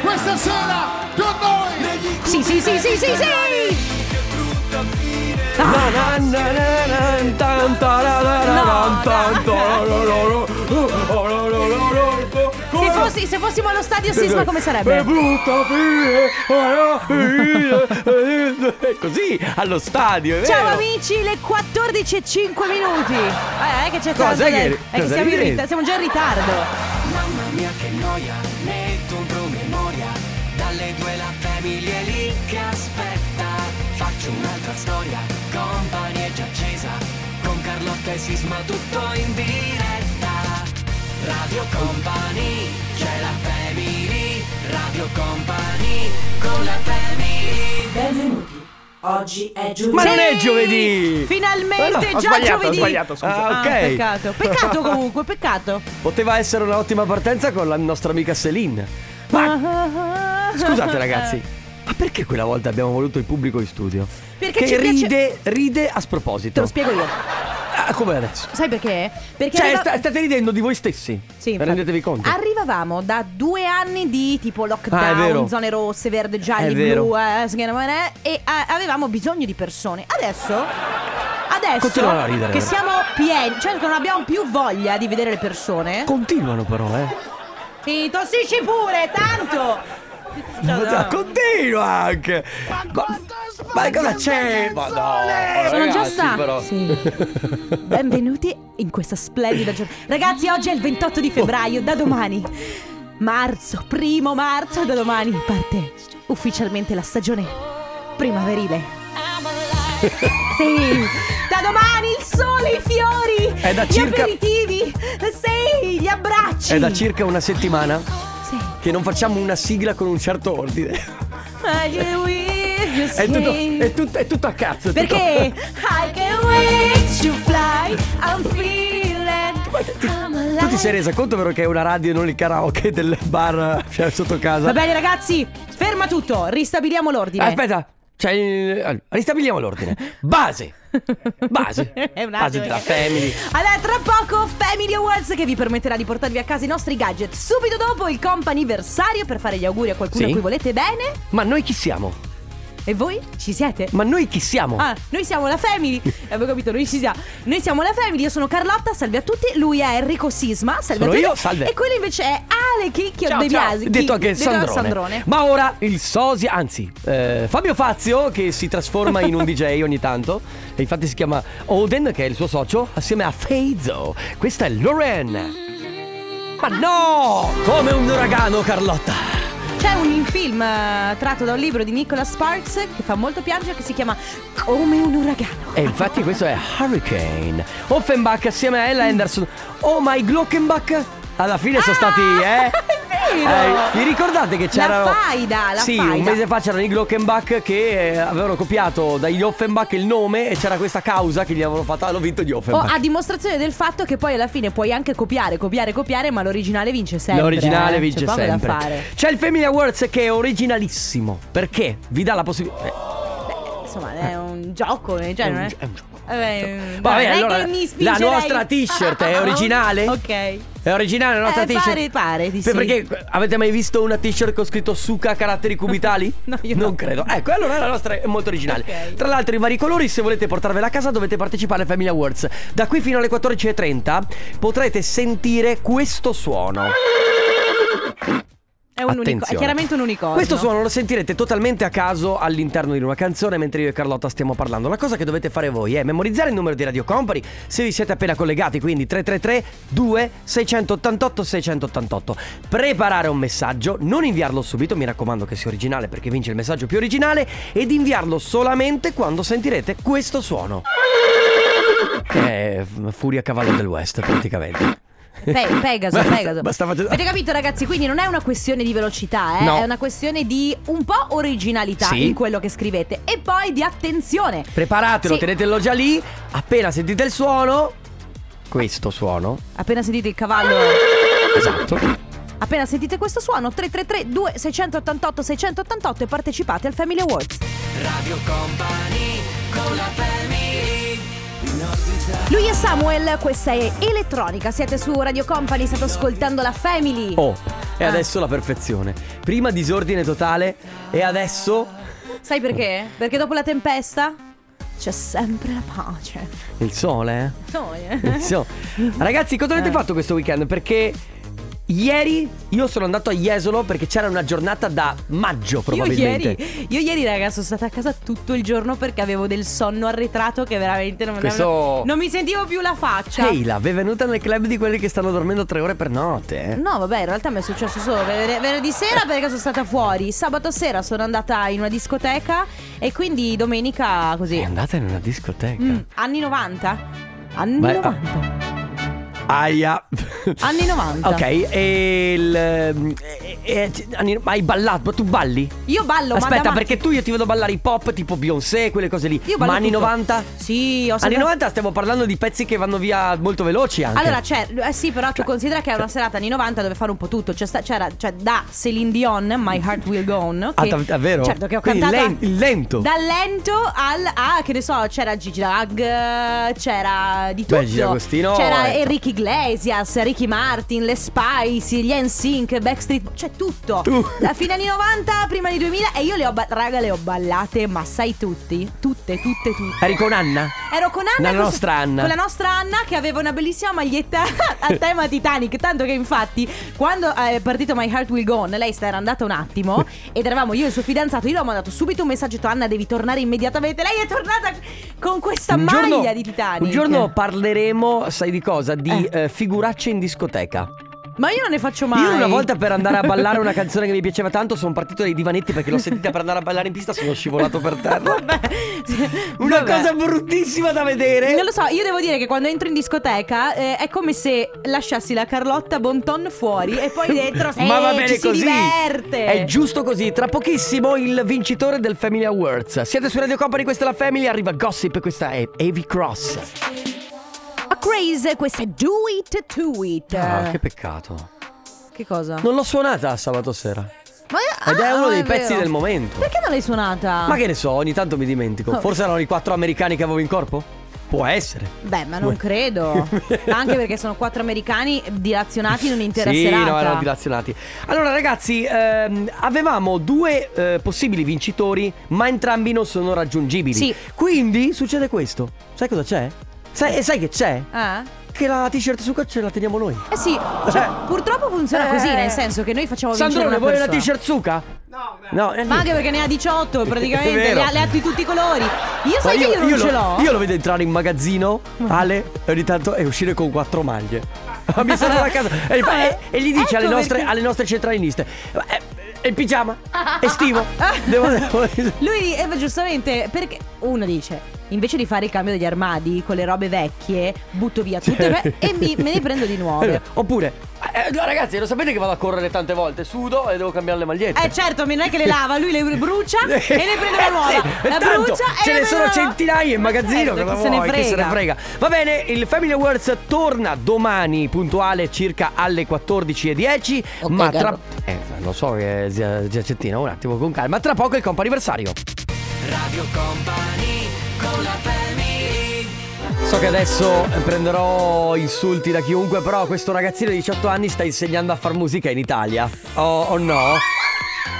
questa sera con noi. Sì, sì, sì, sì, sì, sì. Se, fossi- se fossimo allo stadio Sisma come È sarebbe? brutta fine. È Così allo stadio, è Ciao vero. amici, le 14 e 5 minuti. Eh, è che c'è Cosa tanto che- da- È che cosa siamo, in ridi? rit- siamo già in ritardo. Mamma mia che noia, metto un promemoria Dalle due la famiglia è lì che aspetta Faccio un'altra storia, company è già accesa Con Carlotta e Sisma tutto in diretta Radio Company, c'è la family Radio Company, con la family Benvenuti. Oggi è giovedì. Ma non è Sì! giovedì. Finalmente, Ah, no, ho già sbagliato, ho giovedì. sbagliato, scusa. Ah, ok. peccato. Peccato comunque, peccato. Poteva essere un'ottima partenza con la nostra amica Celine. Ma Ah. scusate ragazzi, ma perché quella volta abbiamo voluto il pubblico in studio? Perché che ci piace- ride, ride a Te sproposito. lo spiego io. Ah, come adesso? Sai perché? Perché Cioè, arriva- sta- state ridendo di voi stessi. Sì, infatti. Rendetevi conto. Arrivavamo da due anni di tipo Ah, è lockdown, vero. zone rosse, verde, gialli, È vero. blu, eh, sghiana- e eh, avevamo bisogno di persone. Adesso, adesso Continuano a ridere. eh. che siamo pieni, cioè che non abbiamo più voglia di vedere le persone, Continuano però, eh. ti tossisci pure, tanto! Ma- Continua anche. Ma, ma cosa c'è? Ma no. Sono già ragazzi, stanco. però. Sì. Benvenuti in questa splendida giornata. Ragazzi, oggi è il 28 di febbraio, da domani. Marzo, primo marzo, da domani parte ufficialmente la stagione primaverile. Sì, da domani il sole, i fiori, È da gli circa- aperitivi, sì, gli abbracci. È da circa una settimana Sì. che non facciamo una sigla con un certo ordine. I can wait, È tutto, sì. è tutto, è tutto a cazzo. è tutto- Perché? I can wait to fly, I'm feeling I'm alive. Tu ti sei resa conto vero che è una radio e non il karaoke del bar cioè, sotto casa? Va bene ragazzi, ferma tutto, ristabiliamo l'ordine. Aspetta, cioè, eh, allora, ristabiliamo l'ordine. Base. Base. È un Base attimo. della che- family. Allora, tra poco Family Awards che vi permetterà di portarvi a casa i nostri gadget. Subito dopo il comp'anniversario per fare gli auguri a qualcuno Sì. a cui volete bene. Ma noi chi siamo? E voi ci siete? Ma noi chi siamo? Ah, noi siamo la Family. Avevo capito, noi ci siamo. Noi siamo la Family. Io sono Carlotta, salve a tutti. Lui è Enrico Sisma, salve Sono a tutti. io, salve. E quello invece è Ale Chicchio De Eh, Biasi. Chi- Detto anche detto Sandrone. Sandrone. Ma ora il sosia, anzi, eh, Fabio Fazio che si trasforma in un DJ ogni tanto. E infatti si chiama Oden, che è il suo socio, assieme a Feizo. Questa è Loren. Ma no! Come un uragano, Carlotta! C'è un film eh, tratto da un libro di Nicola Sparks che fa molto piangere che si chiama Come un uragano. E infatti questo è Hurricane. Offenbach assieme a Ella Henderson. Oh my Glockenbach! Alla fine sono stati, Ah! eh? è vero. Eh, vi ricordate che c'era La faida, la Sì, faida. un mese fa c'erano i Glockenbach che eh, avevano copiato dagli Offenbach il nome e c'era questa causa che gli avevano fatto. Hanno vinto gli Oh, Offenbach. a dimostrazione del fatto che poi alla fine puoi anche copiare, copiare, copiare, ma l'originale vince sempre. L'originale eh. vince C'è poco da sempre. fare. C'è il Family Awards che è originalissimo. Perché vi dà la eh, possibilità. Insomma, è un gioco, eh, cioè, non è... gi- è un gioco. Eh, beh, Va dai, bene, non è allora, che mi la spingerei- nostra t-shirt è originale? ok. È originale la nostra Eh, t-shirt? pare- pare di Per- sì. Perché avete mai visto una t-shirt con scritto suca a caratteri cubitali? No, io Non no. credo. Ecco, allora la nostra è molto originale. Ok. Tra l'altro i vari colori, se volete portarvela a casa dovete partecipare alle Family Awards. Da qui fino alle 14.30 potrete sentire questo suono. È, un unico- è Attenzione. chiaramente un unicorno. Questo suono lo sentirete totalmente a caso all'interno di una canzone mentre io e Carlotta stiamo parlando. La cosa che dovete fare voi è memorizzare il numero di Radio Company se vi siete appena collegati, quindi 333 2688 688. Preparare un messaggio, non inviarlo subito, mi raccomando che sia originale perché vince il messaggio più originale ed inviarlo solamente quando sentirete questo suono. Che è f- Furia a cavallo del West praticamente. Pe- Pegaso, Basta- Pegaso. basta facendo- Avete capito, ragazzi? Quindi non è una questione di velocità, eh? No. è una questione di un po' originalità Sì. in quello che scrivete. E poi di attenzione. Preparatelo, Sì. tenetelo già lì. Appena sentite il suono, questo suono, Appena sentite il cavallo. esatto. Appena sentite questo suono, 333 2688 688 e partecipate al Family Awards. Lui è Samuel, questa è Elettronica. Siete su Radio Company, state ascoltando la Family. Oh, E adesso la perfezione. Prima disordine totale e adesso Sai perché? Perché dopo la tempesta c'è sempre la pace. il sole. eh? Sogno. Il sole. Ragazzi, cosa Eh. avete fatto questo weekend? Perché ieri io sono andato a Jesolo perché c'era una giornata da maggio Io probabilmente. ieri, io ieri, raga, sono stata a casa tutto il giorno perché avevo del sonno arretrato che veramente non, Questo- non mi sentivo più la faccia. Keila, benvenuta nel club di quelli che stanno dormendo tre ore per notte. eh. No, vabbè, in realtà mi è successo solo ven- venerdì sera perché sono stata fuori. Sabato sera sono andata in una discoteca e quindi domenica È così. andata in una discoteca. Mm, anni 90? Anni Beh, 90. Aia. Anni 90. Ok, e il. e- e- Anni- hai ballato, ma tu balli? Io ballo, ma da Aspetta, ma- perché tu io ti vedo ballare i pop tipo Beyoncé, quelle cose lì. Io ballo ma anni tutto. 90? Sì, ho Anni sempre 90 stiamo parlando di pezzi che vanno via molto veloci anche. Cioè, Allora, c'è, eh sì, però tu considera che è una serata anni 90 dove fare un po' tutto. C'è sta- c'era, cioè, da Celine Dion, My Heart Will Go On. Ah, che- dav- davvero? Certo, che ho Quindi cantato. len- il lento. Dal lento al. Ah, che ne so, c'era Gigi Dag, c'era di tutto. Beh, Gigi D'Agostino, C'era eh. Enrique Iglesias, Ricky Martin, Le Spice, gli NSYNC, Backstreet. C'è tutto. Tu. Da fine anni 90, prima di 2000. E io le ho, ba- raga, le ho ballate, ma sai tutti? Tutte, tutte, tutte. Eri con Anna? Ero con Anna La e con- nostra Anna. Con la nostra Anna che aveva una bellissima maglietta a tema Titanic Tanto che infatti quando eh, è partito My Heart Will Go On Lei sta- era andata un attimo Ed eravamo io e il suo fidanzato Io le ho mandato subito un messaggio ho detto, Anna devi tornare immediatamente Lei è tornata con questa Un maglia giorno- di Titanic Un giorno parleremo, sai di cosa? Di eh, figuracce in discoteca. Ma io non ne faccio mai Io una volta per andare a ballare una canzone che mi piaceva tanto sono partito dai divanetti perché l'ho sentita per andare a ballare in pista sono scivolato per terra. Vabbè. Una Vabbè. cosa bruttissima da vedere. Non lo so, io devo dire che quando entro in discoteca eh, è come se lasciassi la Carlotta Bonton fuori e poi dentro eh, Ma va bene ci così. si diverte. È giusto così. Tra pochissimo il vincitore del Family Awards. Siete su Radio Company, questa è la Family, arriva Gossip, questa è Avi Cross. A craze, questa è Do It To It. peccato. Che cosa? Non l'ho suonata sabato sera. Ma- Ed è ah, uno dei pezzi vero. del momento. Perché non l'hai suonata? Ma che ne so, ogni tanto mi dimentico. Oh. Forse erano i quattro americani che avevo in corpo? Può essere. Beh, ma non Uè. credo. Anche perché sono quattro americani dilazionati in un'intera sì, serata. no, erano dilazionati. Allora, ragazzi, ehm, avevamo due eh, possibili vincitori, ma entrambi non sono raggiungibili. Sì. Quindi succede questo. Sai cosa c'è? Sai, e sai che c'è? Eh? Che la t-shirt su ce la teniamo noi. Eh sì, cioè, purtroppo funziona Eh. così, nel senso che noi facciamo vincere Sandrone, una vuoi una persona. t-shirt suca? No, no. eh, Ma anche perché ne ha 18 È praticamente, vero. le ha, le ha di tutti i colori. Io Ma sai che io non io ce lo, l'ho. Mm. Io lo vedo entrare in magazzino, Ale, e ogni tanto e uscire con quattro maglie. Mi sono da casa e, gli fa- Eh, e- e gli dice alle, ecco nostre, perché- alle nostre centraliniste: "Eh, eh, il pigiama estivo. Devo, devo- Lui eh, beh, giustamente perché uno dice invece di fare il cambio degli armadi con le robe vecchie butto via tutte Cioè- e mi- me ne prendo di nuove. Oppure, eh, no, ragazzi, lo sapete che vado a correre tante volte, sudo e devo cambiare le magliette. Eh certo, non è che le lava, lui le brucia e ne prende una nuova. Sì, La tanto brucia e ce ne prende ne sono una nuova. centinaia in Ma magazzino. certo, cosa chi se ne vuoi, chi se ne frega. frega. Va bene, il Family Awards torna domani puntuale circa alle 14.10. ma tra. Eh, lo so che zia, zia Cettina, un attimo con calma. Tra poco il compo anniversario. Radio Company con la family So che adesso prenderò insulti da chiunque, però questo ragazzino di 18 anni sta insegnando a far musica in Italia. O o no?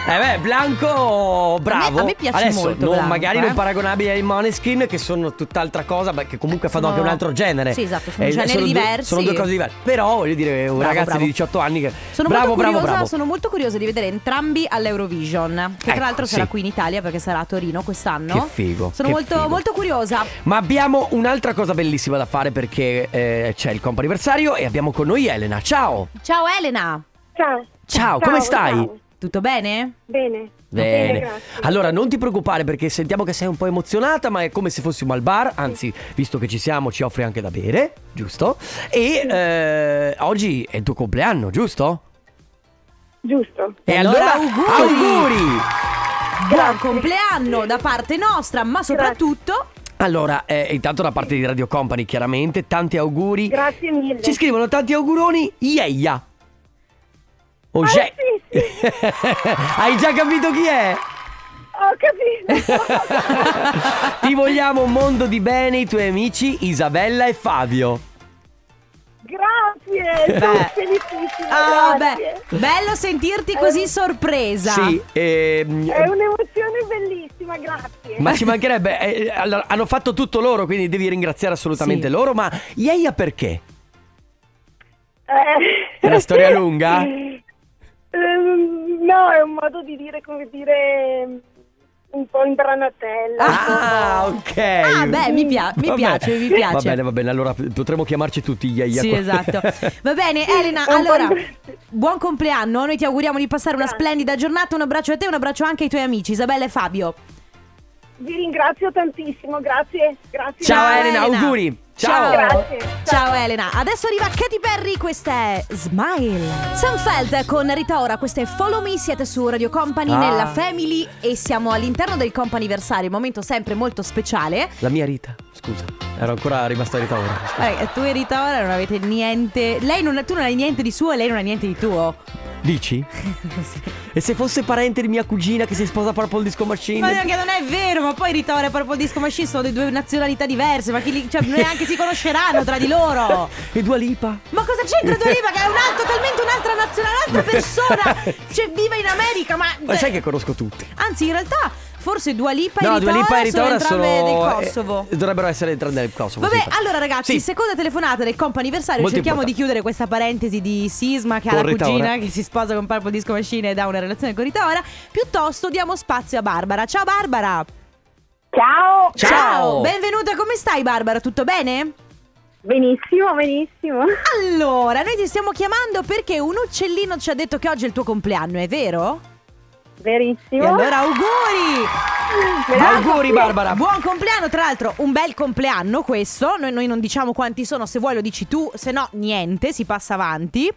Eh beh, Blanco, bravo. a me piace Adesso, molto non- Blanco, magari eh. non paragonabili ai Moneskin, che sono tutt'altra cosa, ma che comunque fanno Sono- anche un altro genere. Sì, esatto, sono Eh, generi sono due- diversi. sono due cose diverse. Però, voglio dire, un Bravo, ragazzo bravo. di 18 anni che. Sono bravo, molto curiosa, bravo, bravo. sono molto curiosa di vedere entrambi all'Eurovision, che Ecco, tra l'altro sarà sì. qui in Italia perché sarà a Torino quest'anno. Che figo, Sono che molto, figo. molto curiosa. Ma abbiamo un'altra cosa bellissima da fare perché eh, c'è il compo anniversario e abbiamo con noi Elena. Ciao! Ciao Elena, Ciao. Ciao, come stai? ciao. tutto bene? Bene. Bene. grazie. Allora, non ti preoccupare perché sentiamo che sei un po' emozionata, ma è come se fossimo al bar, anzi, visto che ci siamo, ci offri anche da bere, giusto? E eh, oggi è il tuo compleanno, giusto? Giusto. E, allora auguri! auguri! Buon compleanno da parte nostra, ma soprattutto Allora, eh, intanto da parte di Radio Company, chiaramente, tanti auguri. Grazie mille. Eh, Ci scrivono tanti auguroni, Ieia. O Ah, Je- sì, Hai già capito chi è? Ho capito. Ti vogliamo un mondo di bene, i tuoi amici Isabella e Fabio. grazie. Grazie, sono Beh. felicissima. Ah, grazie. Eh. beh, bello sentirti così sorpresa. Sì, Eh, ehm, È un'emozione bellissima, grazie. ma ci mancherebbe. eh, allora, hanno fatto tutto loro, quindi devi ringraziare assolutamente Sì. loro. Ma Iaia perché? Eh. È una storia lunga? Ehm, no, è un modo di dire, come dire, un po' in branatella. Ah, un po'. ok. Ah, beh, mi pia- mi Va piace, bene. mi piace. Va bene, va bene. Allora potremmo chiamarci tutti Iaia. Sì, qua. esatto. Va bene, Elena. È un po' Allora, in- buon compleanno. Noi ti auguriamo di passare una Grazie. splendida giornata. Un abbraccio a te, un abbraccio anche ai tuoi amici, Isabella e Fabio. Vi ringrazio tantissimo, grazie. grazie Ciao, mille. Elena, auguri. Ciao. Grazie. Ciao Elena. Adesso arriva Katy Perry, questa è Smile. Sunfeld con Rita Ora, questa è Follow Me, siete su Radio Company Ah. nella Family e siamo all'interno del comp'anniversario, momento sempre molto speciale. La mia Rita, scusa. Ero ancora rimasta a Rita ora. scusa. Vabbè, tu e Rita Ora non avete niente. Lei non, tu non hai niente di suo e lei non ha niente di tuo. Dici? E se fosse parente di mia cugina che si sposa a Purple Disco Ma Machine? no, che non è vero, ma poi Rita Ora e Purple Disco Machine sono di due nazionalità diverse, ma chi li, cioè, neanche si conosceranno tra di loro. E Dua Lipa? Ma cosa c'entra Dua Lipa che è un altro, totalmente un'altra nazionalità, un'altra persona? Cioè, vive in America, ma... Ma Eh, sai che conosco tutti. Anzi, in realtà, forse Dua Lipa e no, Rita Dua Lipa Ora e Rita sono ora entrambe sono... del Kosovo. eh, dovrebbero essere entrambe del Kosovo. Vabbè, sì. allora ragazzi, Sì. seconda telefonata del compo anniversario. Molto Cerchiamo importante. di chiudere questa parentesi di Sisma che Con ha la Rita cugina Ora. che si sposa con Purple Disco Machine ed ha una relazione con Rita Ora. Piuttosto diamo spazio a Barbara. Ciao Barbara! Ciao. Ciao. Benvenuta, come stai Barbara? Tutto bene? Benissimo, benissimo. Allora, noi ti stiamo chiamando perché un uccellino ci ha detto che oggi è il tuo compleanno, è vero? Verissimo. E allora auguri! Auguri Barbara. Buon compleanno, tra l'altro un bel compleanno questo, noi, noi non diciamo quanti sono, se vuoi lo dici tu, se no niente, si passa avanti.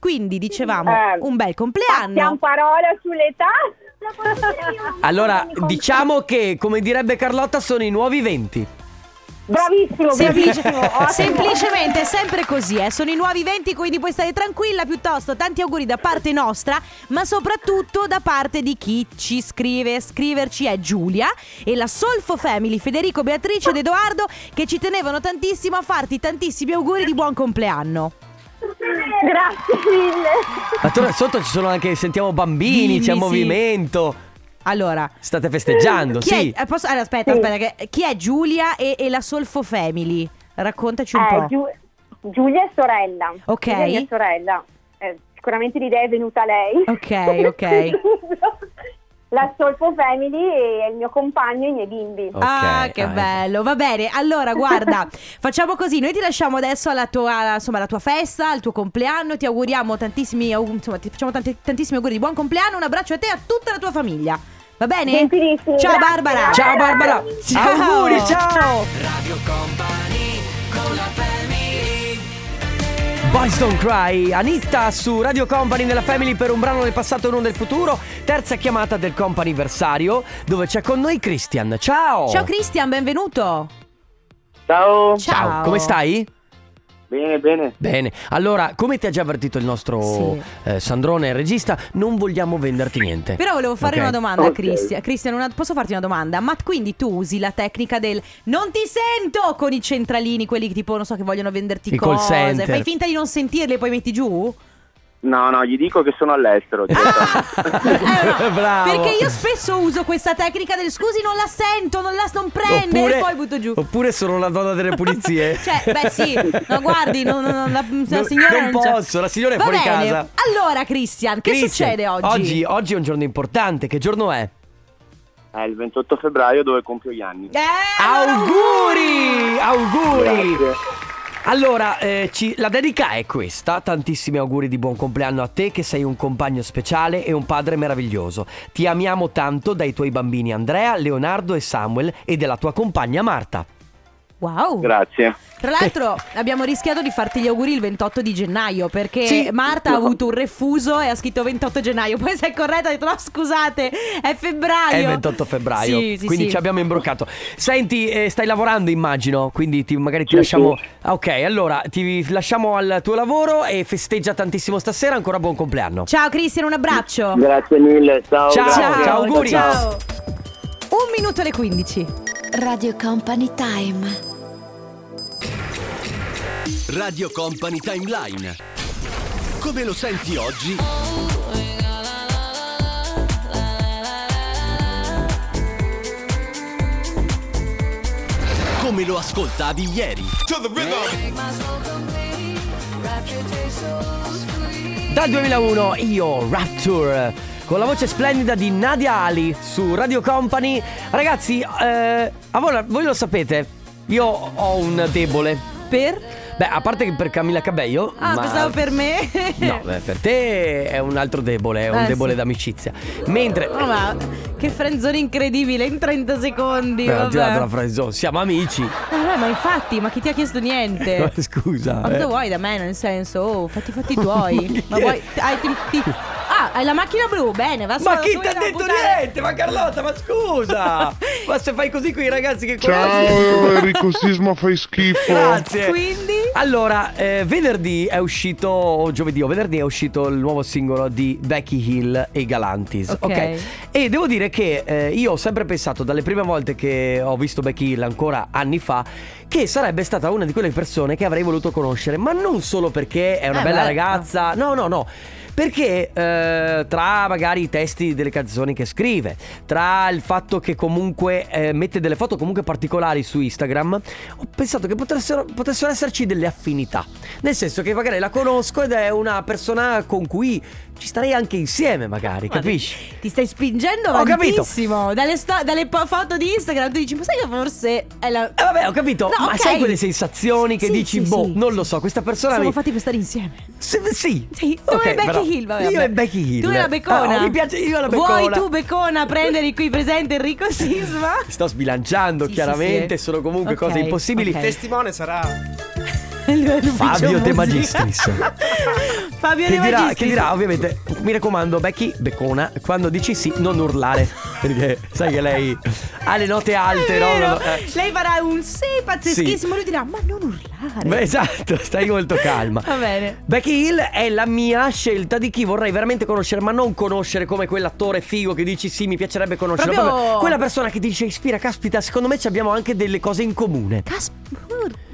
Quindi dicevamo Eh, un bel compleanno. Passiamo parola sull'età. Allora, diciamo che, come direbbe Carlotta, sono i nuovi venti. Bravissimo, Semplice- bravissimo. ottimo. semplicemente è sempre così, eh. sono i nuovi venti, quindi puoi stare tranquilla piuttosto. Tanti auguri da parte nostra, ma soprattutto da parte di chi ci scrive. Scriverci è Giulia e la Solfo Family, Federico, Beatrice ed Edoardo, che ci tenevano tantissimo a farti tantissimi auguri di buon compleanno. Grazie mille. Ma tu- sotto ci sono anche, sentiamo bambini, Bimbi, c'è sì. movimento. Allora, State festeggiando, chi sì. è, eh, posso- allora, aspetta, Sì. aspetta, che- chi è Giulia e, e la Solfo Family? Raccontaci un Eh, po'. Giu- Giulia è sorella. Ok. Giulia è mia sorella. Eh, sicuramente l'idea è venuta a lei. Ok, ok. La Solfo Family è il mio compagno e i miei bimbi. Oh. Ah, Ok, che ah, ecco. bello. Va bene. Allora, guarda, facciamo così: noi ti lasciamo adesso alla tua, insomma, alla tua festa, al tuo compleanno. Ti auguriamo tantissimi, aug- insomma, ti facciamo tanti- tantissimi auguri di buon compleanno. Un abbraccio a te e a tutta la tua famiglia. Va bene? Gentilissimi, Ciao, grazie. Barbara. Ciao Barbara! Ciao. Auguri, ciao! Boys Don't Cry, Anitta su Radio Company nella Family per un brano del passato e uno del futuro, terza chiamata del comp'anniversario dove c'è con noi Christian. Ciao! Ciao, Cristian, benvenuto. Ciao. Ciao, come stai? Bene, bene. Bene, allora come ti ha già avvertito il nostro Sì. eh, Sandrone, il regista, non vogliamo venderti niente. Però volevo fare Ok. una domanda a Ok. Cristian. Cristian, una- posso farti una domanda? Ma quindi tu usi la tecnica del non ti sento con i centralini, quelli che tipo, non so, che vogliono venderti I call cose. center. Fai finta di non sentirli e poi metti giù? No, no, gli dico che sono all'estero. direttamente. Eh, no, Bravo. Perché io spesso uso questa tecnica del scusi, non la sento, non la non prende e Eh, poi butto giù. Oppure sono la donna delle pulizie. Cioè, beh, sì, no, guardi, no, no, no, la, la No, signora non c'è. posso, la signora è Va fuori bene. casa. Allora, Christian, che Cristian, succede oggi? oggi? Oggi è un giorno importante, che giorno è? È il 28 febbraio dove compio gli anni. Eh, allora, auguri! Auguri! Grazie. Allora, eh, ci- la dedica è questa. Tantissimi auguri di buon compleanno a te, che sei un compagno speciale e un padre meraviglioso. Ti amiamo tanto dai tuoi bambini Andrea, Leonardo e Samuel e della tua compagna Marta. Wow. Grazie. Tra l'altro abbiamo rischiato di farti gli auguri il 28 di gennaio perché Sì. Marta ha avuto un refuso e ha scritto 28 gennaio, poi se è corretta ha detto no scusate è febbraio. È il 28 febbraio, Sì, sì, quindi sì. ci abbiamo imbroccato. Senti, eh, stai lavorando immagino, quindi ti- magari ti Sì, lasciamo... sì. Ah, Ok, allora ti lasciamo al tuo lavoro e festeggia tantissimo stasera, ancora buon compleanno. Ciao Cristian, un abbraccio. Grazie mille. Ciao. Ciao, grazie. ciao, auguri. ciao. Un minuto alle 15. Radio Company Time. Radio Company Timeline. Come lo senti oggi? Come lo ascoltavi ieri? Dal 2001 io, Rapture, con la voce splendida di Nadia Ali su Radio Company. Ragazzi, eh, a voi, voi lo sapete, io ho un debole. Per? Beh, a parte che per Camilla Cabello. Ah, ma- pensavo per me. No, beh, per te è un altro debole, è un Eh, debole sì. d'amicizia. Mentre. Oh, ma che frenzone incredibile in 30 secondi. Beh, ho girato la vabbè. frase, siamo amici. Eh, ma infatti, ma chi ti ha chiesto niente? Ma Scusa. Ma eh. cosa vuoi da me? Nel senso, oh, fatti i fatti tuoi. ma vuoi. Hai, ti- ti- ah, hai la macchina blu, bene, va Ma solo chi subito ti ha a detto buttare- niente? Ma Carlotta, ma scusa! ma se fai così con i ragazzi che conosci. Ciao, eh, Enrico Sisma fai schifo. Grazie. Quindi? Allora, eh, venerdì è uscito, o giovedì o venerdì è uscito il nuovo singolo di Becky Hill e Galantis. Ok. E devo dire che eh, io ho sempre pensato, dalle prime volte che ho visto Becky Hill ancora anni fa, che sarebbe stata una di quelle persone che avrei voluto conoscere, ma non solo perché è una Eh, bella beh, ragazza, no, no, no. Perché eh, tra magari i testi delle canzoni che scrive, tra il fatto che comunque eh, mette delle foto comunque particolari su Instagram, ho pensato che potessero, potessero esserci delle affinità. Nel senso che magari la conosco ed è una persona con cui ci starei anche insieme, magari, Ma capisci? Ti stai spingendo Ho capito. tantissimo. Dalle, sto- dalle po- foto di Instagram tu dici, ma sai che forse è la... Eh vabbè, ho capito, No, ma ok. sai quelle sensazioni che Sì, dici, sì, boh, sì, non sì. lo so, questa persona Siamo mi... fatti per stare insieme. Sì, sì. Sì, tu Ok, e Becky però- Hill, vabbè. Io vabbè. e Becky Hill. Tu e la Beccona. Ah, mi piace, io e la Beccona. Vuoi tu, Beccona, prendere qui presente Enrico Sisma? Sto sbilanciando, Sì, sì, chiaramente, sì. sono comunque Ok, cose impossibili. ok. Testimone sarà. Fabio De Magistris. Fabio De Che dirà, Magistris. che dirà, ovviamente, mi raccomando, Becky Beccona, quando dici sì, non urlare. Perché sai che lei ha le note alte, È no? vero. No, no, eh. Lei farà un sì pazzeschissimo. Lui dirà: Ma non urlare. Beh, esatto, stai molto calma. Va bene. Becky Hill è la mia scelta di chi vorrei veramente conoscere, ma non conoscere come quell'attore figo che dici sì, mi piacerebbe conoscerlo. Proprio- Come quella persona che dice ispira, caspita, secondo me ci abbiamo anche delle cose in comune. Caspita. Eh,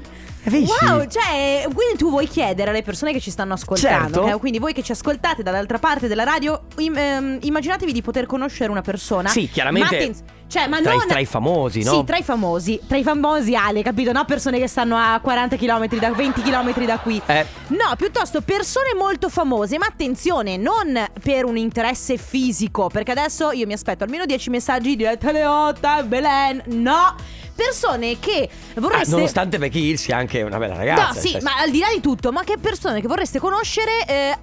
Vedi? Wow, cioè, quindi tu vuoi chiedere alle persone che ci stanno ascoltando, Certo. ok? quindi voi che ci ascoltate dall'altra parte della radio, im- ehm, immaginatevi di poter conoscere una persona. Sì, chiaramente Ma atten- cioè, ma tra i- non... tra i famosi, no? Sì, tra i famosi. Tra i famosi Ale, capito? No, persone che stanno a 40 km da 20 km da qui. Eh. No, piuttosto persone molto famose, ma attenzione, non per un interesse fisico, perché adesso io mi aspetto almeno 10 messaggi di Teleotta, Belen. No, persone che Ah, vorreste nonostante Becky Hill sia anche una bella ragazza. No, nel sì, senso- ma al di là di tutto, ma che persone che vorreste conoscere eh,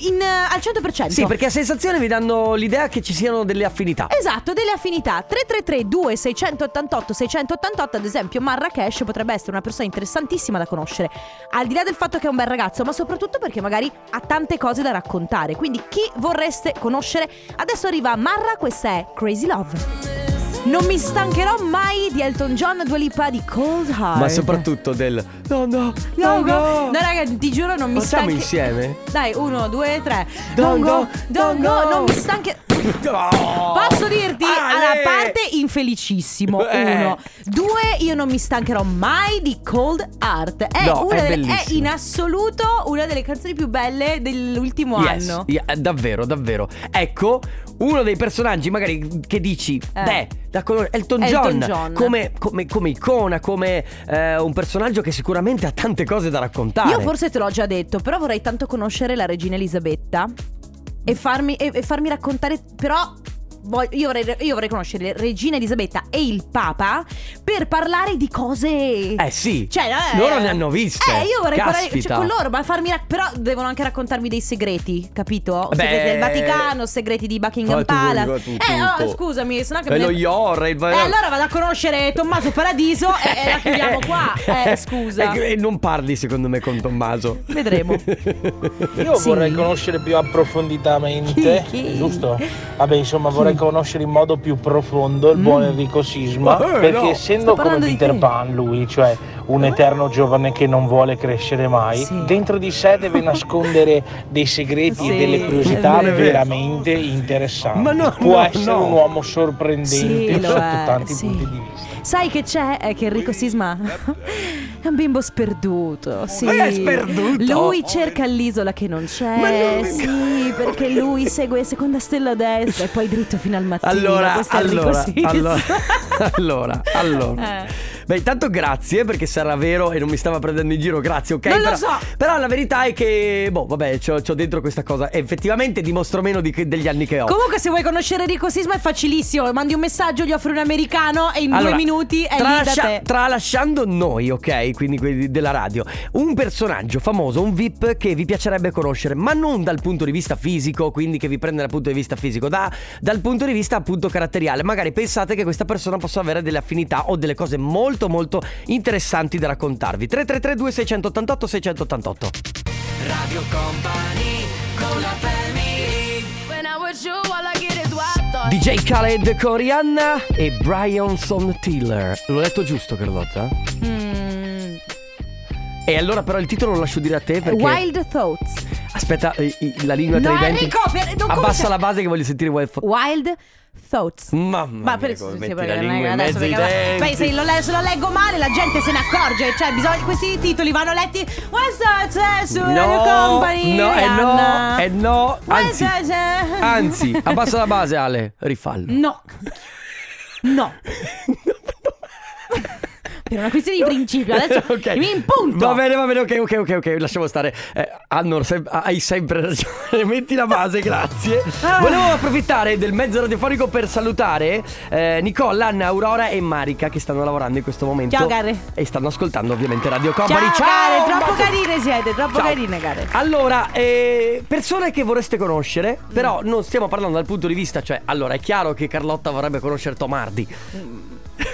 in- al 100%? Sì, perché a sensazione mi danno l'idea che ci siano delle affinità. Esatto, delle affinità 333 2688 688 ad esempio Marrakesh potrebbe essere una persona interessantissima da conoscere Al di là del fatto che è un bel ragazzo ma soprattutto perché magari ha tante cose da raccontare Quindi chi vorreste conoscere? Adesso arriva Marra, questa è Crazy Love Non mi stancherò mai di Elton John, Dua Lipa, di Cold Heart Ma soprattutto del no, no, no, No, no. Eh. no, raga, ti giuro non mi Facciamo stanche insieme? Dai, uno, due, tre Don't Don't go, go, don't don't go, go. non mi stanche No. Posso dirti, alla Ale! parte infelicissimo, Eh. uno. Due, io non mi stancherò mai di Cold Art. È, No, una è delle- è bellissimo. in assoluto una delle canzoni più belle dell'ultimo Yes, anno. yeah, davvero, davvero. Ecco, uno dei personaggi magari che dici, Eh. beh, da colore Elton, Elton John. Come, come- come icona, come eh, un personaggio che sicuramente ha tante cose da raccontare. Io forse te l'ho già detto, però vorrei tanto conoscere la regina Elisabetta e farmi, e- e farmi raccontare, però... voglio- Io vorrei, io vorrei conoscere Regina Elisabetta e il Papa per parlare di cose. Eh sì, Cioè, eh, loro ne hanno viste. Eh, io vorrei parlare Caspita. cioè, con loro, ma farmi rac- però devono anche raccontarmi dei segreti, capito? Beh, segreti del Vaticano, segreti di Buckingham ma tu vuoi Palace. tutto. Eh, oh, scusami, sennò che Eh, me ne- lo Iorra, il- Eh, allora vado a conoscere Tommaso Paradiso e, e la chiudiamo qua. Eh, scusa. E e non parli secondo me con Tommaso. Vedremo. Io Sì. vorrei conoscere più approfonditamente, Chi, chi? giusto? Vabbè, insomma, vorrei conoscere in modo più profondo il Mm. buon Enrico Sisma, Ma, eh, perché no. essendo Sto come parlando di Peter te. Pan lui, cioè un eterno giovane che non vuole crescere mai, Sì. dentro di sé deve nascondere dei segreti Sì, e delle curiosità Eh, è vero. veramente interessanti. Ma no, Può no, essere no. un uomo sorprendente Sì, lo sotto è, tanti sì. punti di vista. Sai che c'è? È che Enrico Sisma È un bimbo sperduto, sì. Ma è sperduto? Lui cerca l'isola che non c'è. sì, perché lui segue seconda stella a destra e poi dritto fino al mattino. Allora, Questo è Enrico allora, Sisma. allora, allora, allora. Eh. Beh, intanto grazie eh, perché sarà vero e non mi stava prendendo in giro, grazie, ok? Non lo però, so. però la verità è che, boh, vabbè, c'ho, c'ho dentro questa cosa. E effettivamente dimostro meno di che- degli anni che ho. Comunque, se vuoi conoscere Enrico Sisma è facilissimo. Mandi un messaggio, gli offri un americano e in Allora, due minuti è lì da tralascia- te. Tralasciando noi, ok? Quindi quelli della radio, un personaggio famoso, un VIP che vi piacerebbe conoscere, ma non dal punto di vista fisico, quindi che vi prende dal punto di vista fisico, da- dal punto di vista appunto caratteriale. Magari pensate che questa persona possa avere delle affinità o delle cose molto molto interessanti da raccontarvi. 3332 688 688. Radio Company con la family DJ Khaled con Rihanna e Brianson Tiller. L'ho detto giusto, Carlotta? Mm, E allora però il titolo lo lascio dire a te perché Wild Thoughts. Aspetta, eh, eh, la lingua tra No, i denti. Enrico, per- non Abbassa comincia- la base che voglio sentire Wild Fo- Wild Thoughts. Mamma Ma mia, per come sì, metti perché la lingua in adesso mezzo ai perché- denti. Poi se lo, le- se lo leggo male la gente se ne accorge. Cioè, bisogna, questi titoli vanno letti. What's up, c'è su Radio Company? no, eh no, Rihanna. eh no, What's anzi, up, c'è? anzi, abbassa la base Ale, rifallo. eh. No. No. per una questione di principio. Cioè, Adesso Ok. mi impunto. Va bene, va bene, ok, ok, ok, ok, lasciamo stare. Eh, Annor, se- hai sempre ragione. Metti la base, grazie. Ah. Volevo approfittare del mezzo radiofonico per salutare eh, Nicola, Anna, Aurora e Marica che stanno lavorando in questo momento. Ciao, care. E stanno ascoltando ovviamente Radio Ciao, Company. Ciao, care, un troppo bacio. carine siete, troppo Ciao. carine, care. Allora, eh, persone che vorreste conoscere, però non stiamo parlando dal punto di vista, cioè, allora è chiaro che Carlotta vorrebbe conoscere Tom Hardy.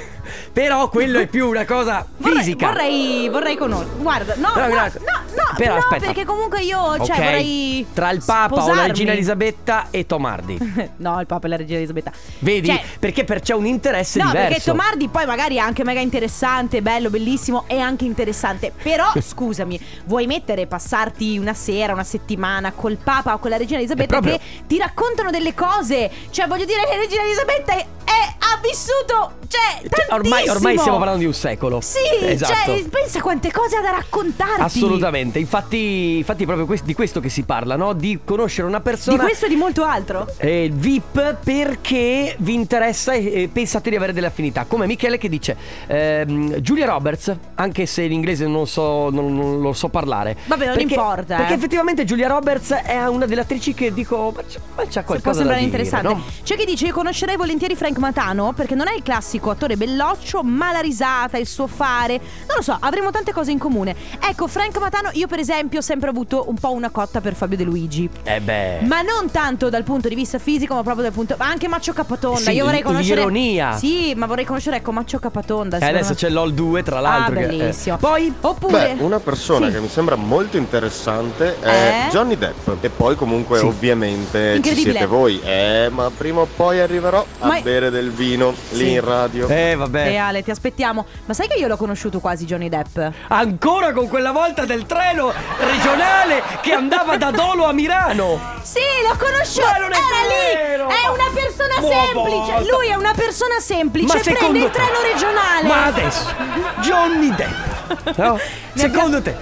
però quello è più una cosa Mm. Vorrei- fisica. Vorrei, vorrei conoscere. Guarda, no, Però, no, no, guarda- no, però, no, aspetta. perché comunque io, cioè, Ok? vorrei Tra il Papa o la sposarmi. Regina Elisabetta e Tom Hardy. No, il Papa e la Regina Elisabetta. Vedi? Cioè, perché per- c'è un interesse no, diverso. perché Tomardi poi magari è anche mega interessante, bello, bellissimo e anche interessante. Però, scusami, vuoi mettere, passarti una sera, una settimana col Papa o con la Regina Elisabetta proprio- che ti raccontano delle cose? Cioè, voglio dire, la Regina Elisabetta è- è- ha vissuto, cioè, Cioè, tantissimo. ormai, ormai stiamo parlando di un secolo. Sì, esatto. cioè, pensa quante cose ha da raccontarti. Assolutamente, infatti, infatti è proprio quest- di questo che si parla, no? Di conoscere una persona Di questo e di molto altro. Eh, il VIP perché vi interessa e, e pensate di avere delle affinità. Come Michele che dice ehm, Giulia Roberts, anche se in inglese non, so, non, non lo so parlare. Vabbè, non Perché- importa, eh. Perché effettivamente Giulia Roberts è una delle attrici che dico, ma c'è, ma c'ha Se può qualcosa da sembrare dire. interessante. no? C'è chi dice: Io conoscerei volentieri Frank Matano perché non è il classico attore belloccio, ma la risata, il suo fare. Non lo so, avremo tante cose in comune. Ecco, Frank Matano, io per esempio ho sempre avuto un po' una cotta per Fabio De Luigi. Eh beh. Ma non tanto dal punto di vista fisico, ma proprio dal punto. ma Anche Maccio Capatonda. Sì, io vorrei conoscere. l'ironia. Sì, ma vorrei conoscere, ecco, Maccio Capatonda. Eh, adesso c'è LOL 2 tra l'altro. Ah, che- eh. bellissimo. Poi Oppure. Beh, Eh, una persona Sì. che mi sembra molto interessante è Eh? Johnny Depp. E poi comunque Sì. ovviamente ci Incredibile. siete voi. Eh, ma prima o poi arriverò a Ma- bere del vino Sì. lì in radio. Eh vabbè. Eh, Ale, ti aspettiamo. Ma sai che io l'ho conosciuto quasi Johnny Depp? Ancora con quella volta del treno regionale che andava da Dolo a Milano. Sì, l'ho conosciuto. Ma non è Era vero! lì. È una persona Ma semplice. basta. Lui è una persona semplice. Ma secondo prende il te- treno regionale. Ma adesso, Johnny Depp, no? secondo te,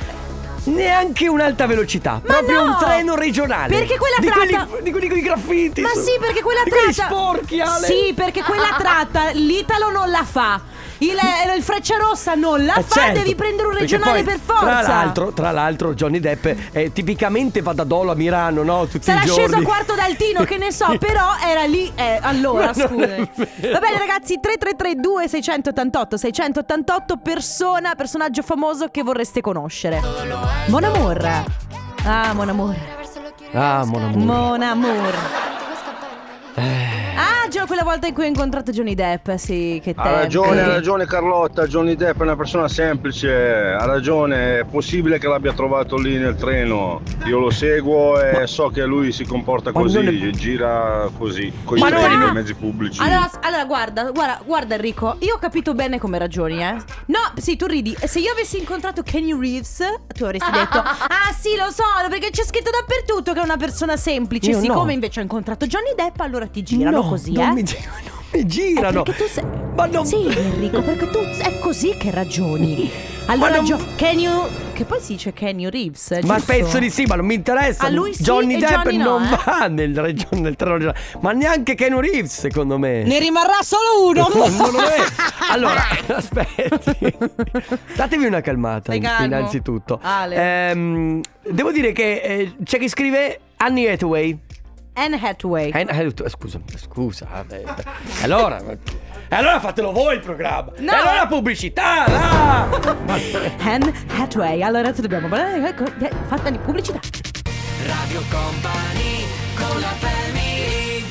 neanche un'alta velocità, Ma proprio no! un treno regionale. Perché quella di tratta- Quelli, di quelli con i graffiti. Ma su- sì, perché quella di quelli tratta. sporchi, Ale. Eh, Sì, perché quella tratta l'Italo non la fa. Il, eh, il Freccia Rossa non la Eh, fa. certo, Devi prendere un perché regionale poi, per forza. Tra l'altro, tra l'altro Johnny Depp eh, tipicamente va da Dolo a Milano, no? Tutti Sarà i giorni. sceso quarto d'altino, che ne so, però era lì. eh, allora, Ma scusa. non è vero. Va bene, ragazzi, 3332 688 688 persona, personaggio famoso che vorreste conoscere. Mon amor. Ah, mon amor. Ah, mon amour. Mon amor. Ah, già quella volta in cui ho incontrato Johnny Depp, sì, che tempi. Ha ragione, ha ragione Carlotta, Johnny Depp è una persona semplice, ha ragione, è possibile che l'abbia trovato lì nel treno, io lo seguo e so che lui si comporta Ma così, non è- gira così, con gli Ma non treni, è- con i mezzi pubblici. Allora, s- allora, guarda, guarda, guarda Enrico, io ho capito bene come ragioni, eh. No, sì, tu ridi. Se io avessi incontrato Kenny Reeves, tu avresti detto: Ah, sì, lo so, perché c'è scritto dappertutto che è una persona semplice. Io no. Siccome invece ho incontrato Johnny Depp, allora ti girano no, così, non eh. Mi girano, non mi Eh, girano. Perché tu sei. Ma non... Sì, Enrico, perché tu è così che ragioni. Allora, Gio- Can you... Che poi si dice Can you Reeves, Ma giusto? penso di sì, ma non mi interessa. A lui sì Johnny e Depp Johnny no, non eh. va nel, regio- nel treno regionale, ma neanche Keanu Reeves, secondo me. Ne rimarrà solo uno. Non lo è. Allora, aspetti. Datevi una calmata, Stai calmo. innanzitutto. Ale. Ehm, devo dire che eh, c'è chi scrive Annie Hathaway. Anne Hathaway. Anne Hathaway- Scusa, scusa. eh, eh. Allora, e allora fatelo voi il programma. E allora pubblicità, là! Anne Hathaway. Allora, tu dobbiamo parlare. ecco, eh, Fatta di pubblicità. Radio Company con la family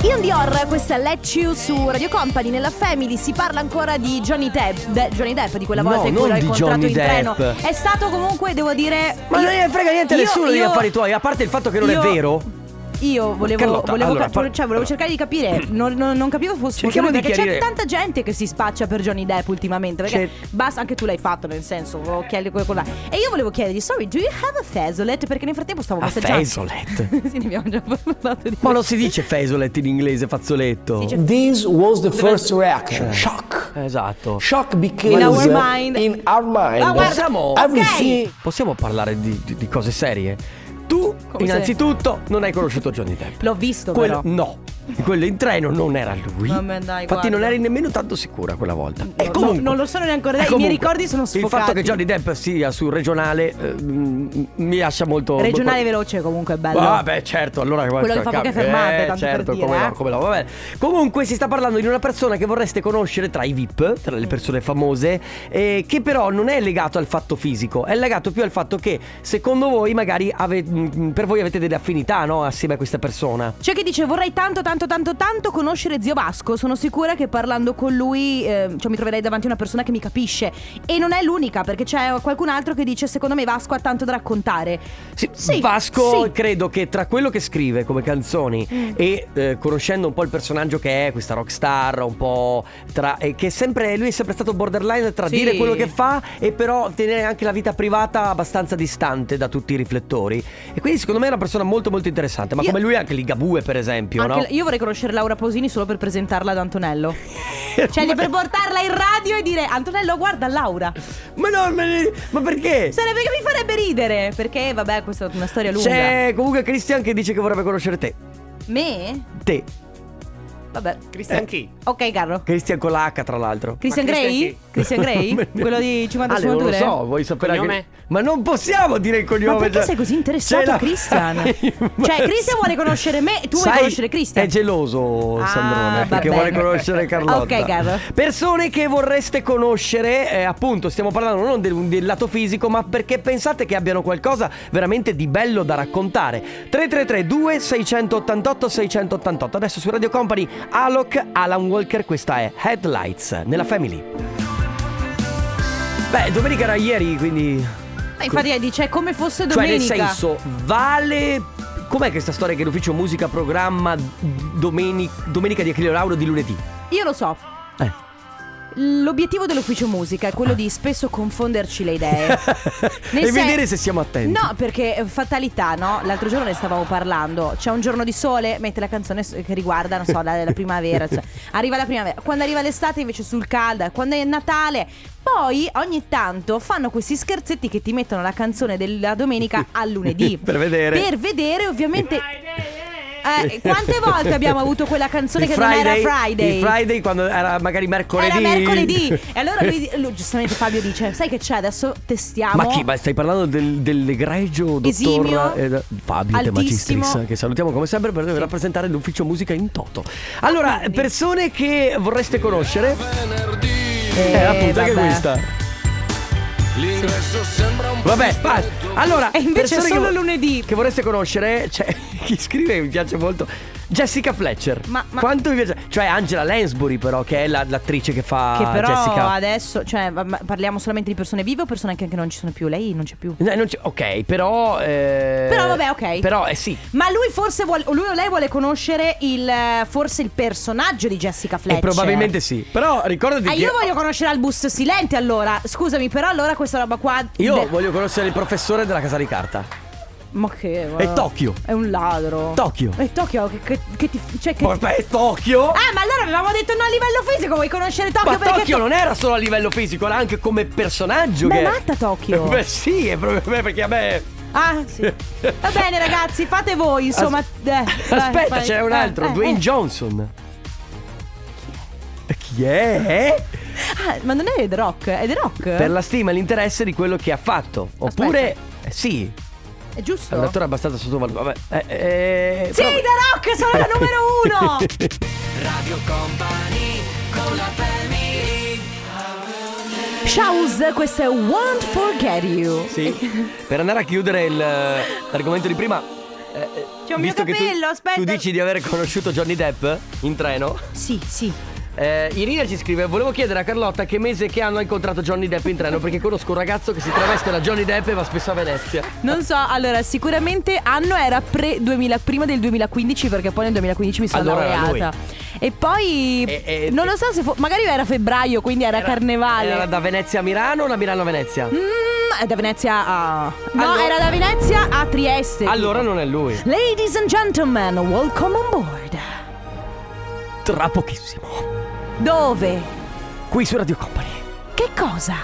Ian Dior, questa è Let You su Radio Company. Nella Family si parla ancora di Johnny Depp. De- Johnny Depp, di quella No, volta in cui non l'ho di incontrato Johnny in treno. Depp. È stato comunque, devo dire. Ma non gliene frega niente a io- nessuno degli io- affari tuoi, a parte il fatto che non io- è vero. Io volevo, Carlotta, volevo, allora, cap- par- cioè, volevo cercare di capire, non, non- non capivo fosse Cerchiamo possibile, di perché chiarire. c'è tanta gente che si spaccia per Johnny Depp ultimamente, perché basta, anche tu l'hai fatto nel senso, occhiali quello là. E io volevo chiedergli, sorry, do you have a fesolet? Perché nel frattempo stavo passeggiando. Fezzolet. sì, ne abbiamo già parlato di Ma non si dice fezzolet in inglese, fazzoletto. Si This was the first reaction. Eh. Shock. Esatto. Shock became In our mind. In our mind. Ah, Ma guardiamo, Everything. ah, possiamo parlare di, di- di cose serie? Tu, Come innanzitutto, non hai conosciuto Johnny Depp. L'ho visto Quello, però. no, quello in treno non era lui. Vabbè, dai, Infatti, non guarda. eri nemmeno tanto sicura quella volta. No, no, non lo sono neanche ancora, E i miei comunque, ricordi sono Il fatto sfocati. che Johnny Depp sia sul regionale eh, mm, mi lascia molto. Regionale veloce comunque è bello. Ah, beh, certo, allora Quello che fa poche fermate, Eh, tanto per certo, dire, come eh. no, come no, va bene. Comunque si sta parlando di una persona che vorreste conoscere tra i VIP, tra le Mm. persone famose, eh, che però non è legato al fatto fisico, è legato più al fatto che secondo voi magari ave- mh, per voi avete delle affinità, no, assieme a questa persona. C'è chi dice vorrei tanto tanto tanto tanto conoscere zio Vasco, sono sicura che parlando con lui eh, cioè, mi troverei davanti a una persona che mi capisce e non è l'unica perché c'è qualcun altro che dice secondo me Vasco ha tanto da raccontare. Sì, Sì, Vasco sì. credo che tra quello che scrive come canzoni Mm. e eh, conoscendo un po' il personaggio che è, questa rockstar un po' tra e che sempre lui è sempre stato borderline tra Sì. dire quello che fa e però tenere anche la vita privata abbastanza distante da tutti i riflettori. E quindi secondo me è una persona molto molto interessante, ma Io- come lui anche Ligabue per esempio, Anche no? la- io vorrei conoscere Laura Pausini solo per presentarla ad Antonello. cioè di per portarla in radio e dire Antonello guarda Laura. Ma no, ma, ma perché? Sarebbe che mi farebbe ridere perché vabbè questa è una storia lunga. C'è comunque Christian che dice che vorrebbe conoscere te. Me? Te. Vabbè. Christian chi? Ok Carlo. Christian con la H tra l'altro. Christian Grey? Christian Grey? Quello di 50 Ale, non lo sfumature? so, vuoi sapere Cognome? anche- Ma non possiamo dire il cognome. Ma perché cioè- sei così interessato C'è a Christian? Cioè, Christian vuole conoscere me e tu vuoi Sai, conoscere Christian. È geloso Ah, Sandrone va perché bene. vuole conoscere Carlotta. Ok, Garo. Persone che vorreste conoscere, eh, appunto, stiamo parlando non del, del lato fisico, ma perché pensate che abbiano qualcosa veramente di bello da raccontare. 333 2688 688. Adesso su Radio Company Alok Alan Walker, questa è Headlights nella Family. Beh, domenica era ieri, quindi Ma infatti dice è come fosse cioè, nel domenica. senso, vale. Com'è questa storia che l'ufficio musica programma domeni- domenica di Achille Lauro di lunedì? Io lo so. Eh. L'obiettivo dell'ufficio musica è quello di spesso confonderci le idee. Eh. Nel e sen- vedere se siamo attenti. No, perché eh, fatalità, no? L'altro giorno ne stavamo parlando. C'è un giorno di sole, mette la canzone s- che riguarda, non so, la, la primavera. cioè, arriva la primavera. Quando arriva l'estate invece sul calda, quando è Natale. Poi ogni tanto fanno questi scherzetti che ti mettono la canzone della domenica al lunedì. Per vedere. Per vedere, ovviamente. Eh, quante volte abbiamo avuto quella canzone Il che non era Friday? Il Friday quando era magari mercoledì. Era mercoledì. E allora lui, lui- giustamente Fabio dice: Sai che c'è? Adesso testiamo. Ma chi? Ma stai parlando del, dell'egregio Esimio, dottor eh, Fabio De altissimo. Magistris, eh, che salutiamo come sempre per rappresentare l'ufficio musica in toto. Allora, persone che vorreste conoscere. Eh, appunto, anche vabbè. questa. L'ingresso sembra un Vabbè, fa- allora, E invece persone solo che, lunedì che vorreste conoscere, c'è chi scrive mi piace molto. Jessica Fletcher. Ma- ma- quanto mi piace? Cioè Angela Lansbury però che è la- l'attrice che fa Che però Ah, Jessica. adesso, cioè, ma- ma parliamo solamente di persone vive o persone che anche non ci sono più? Lei non c'è più. No, Eh, non c'è- ok, però eh, Però vabbè, ok. Però eh sì. Ma lui forse vuole, o lui o lei vuole conoscere il, eh, forse il personaggio di Jessica Fletcher. E probabilmente sì. Però ricordati Ah, che io voglio conoscere Albus Silente allora. Scusami, però allora questa roba qua. io de- voglio conoscere il professore della casa di carta. Ma che. ma- È Tokyo. È un ladro. Tokyo. È Tokyo che, che, che ti. Cioè che. Vabbè, è Tokyo. Ah, ma allora avevamo detto no a livello fisico, vuoi conoscere Tokyo Ma perché. Tokyo non era solo a livello fisico, era anche come personaggio. Ma è che... matta Tokyo. Beh, sì, è proprio beh, perché a me. Ah, sì. Va bene, ragazzi, fate voi, insomma. eh, vai, Aspetta, vai. c'è un altro, Eh, eh, Dwayne eh. Johnson. Chi è? Ah, ma non è The Rock, è The Rock. Per la stima e l'interesse di quello che ha fatto. Oppure, eh, sì, È è giusto? un attore abbastanza sottovalutato. Vabbè, eh, eh, Sì, però- The Rock, sono la numero uno. Radio Company con la family Shouse, questo è Won't Forget You. Sì. Per andare a chiudere il, eh, l'argomento di prima. eh, eh, C'è un mio visto che tu- capello, aspetta. Tu dici di aver conosciuto Johnny Depp in treno? Sì, sì. Eh, Irina ci scrive: Volevo chiedere a Carlotta che mese e che anno ha incontrato Johnny Depp in treno. Perché conosco un ragazzo che si traveste da Johnny Depp e va spesso a Venezia. Non so, allora sicuramente anno era pre 2000, prima del 2015 perché poi nel 2015 mi sono Allora era laureata. E poi E- e- non lo so se fu- magari era febbraio, quindi era, carnevale. Era da Venezia a Milano o da Milano a Venezia? Mm, da Venezia a No, era da Venezia a Trieste. Allora non è lui. Ladies and gentlemen, welcome on board. Tra pochissimo. Dove? Qui su Radio Company. Che cosa?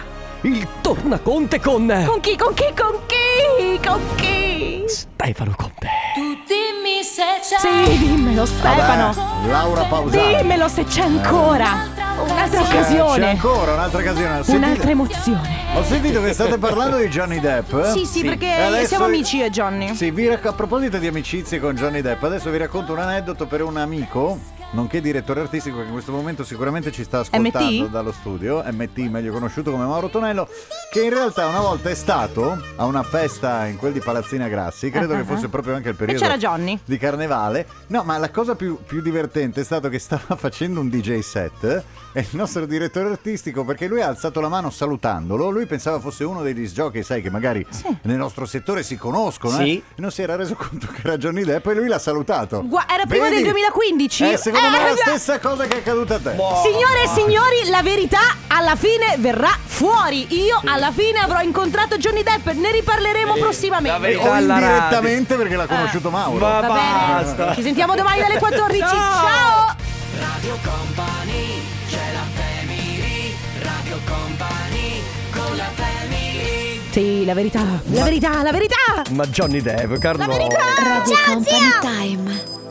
Il Tornaconte con. Con chi? Con chi? Con chi? Con chi? Stefano Conte. Tu dimmi se c'è Sì, dimmelo Stefano. Laura Pausani. Dimmelo se c'è ancora. Un'altra C'è- occasione. C'è ancora un'altra occasione. Ho Un'altra sentito- emozione. Ho sentito che state parlando di Johnny Depp. eh? Sì, sì, perché E adesso- siamo amici io e Johnny. Sì, vi rac- a proposito di amicizie con Johnny Depp, adesso vi racconto un aneddoto per un amico, nonché direttore artistico che in questo momento sicuramente ci sta ascoltando MT? dallo studio, MT meglio conosciuto come Mauro Tonello, che in realtà una volta è stato a una festa in quel di Palazzina Grassi, credo Ah, che ah, fosse ah. proprio anche il E periodo c'era Johnny. di carnevale. No, ma la cosa più, più divertente è stato che stava facendo un DJ set eh, e il nostro direttore artistico, perché lui ha alzato la mano salutandolo, lui pensava fosse uno dei disgiochi, sai che magari nel nostro settore si conoscono, eh? Sì. E non si era reso conto che era Johnny Depp e lui l'ha salutato. Gua- era prima Vedi? del 2015. Eh, secondo me è la Eh, stessa cosa che è accaduta a te. Boh, Signore e signori, la verità alla fine verrà fuori. Io alla fine avrò incontrato Johnny Depp, ne riparleremo prossimamente. O indirettamente perché l'ha Eh. conosciuto Mauro. Va bene. Ci sentiamo domani dalle 14. Ciao. Radio Company c'è la family Radio Company con la family Sì, la verità, la verità, la verità. Ma Johnny Depp, La Carlo. verità. Radio Company Time.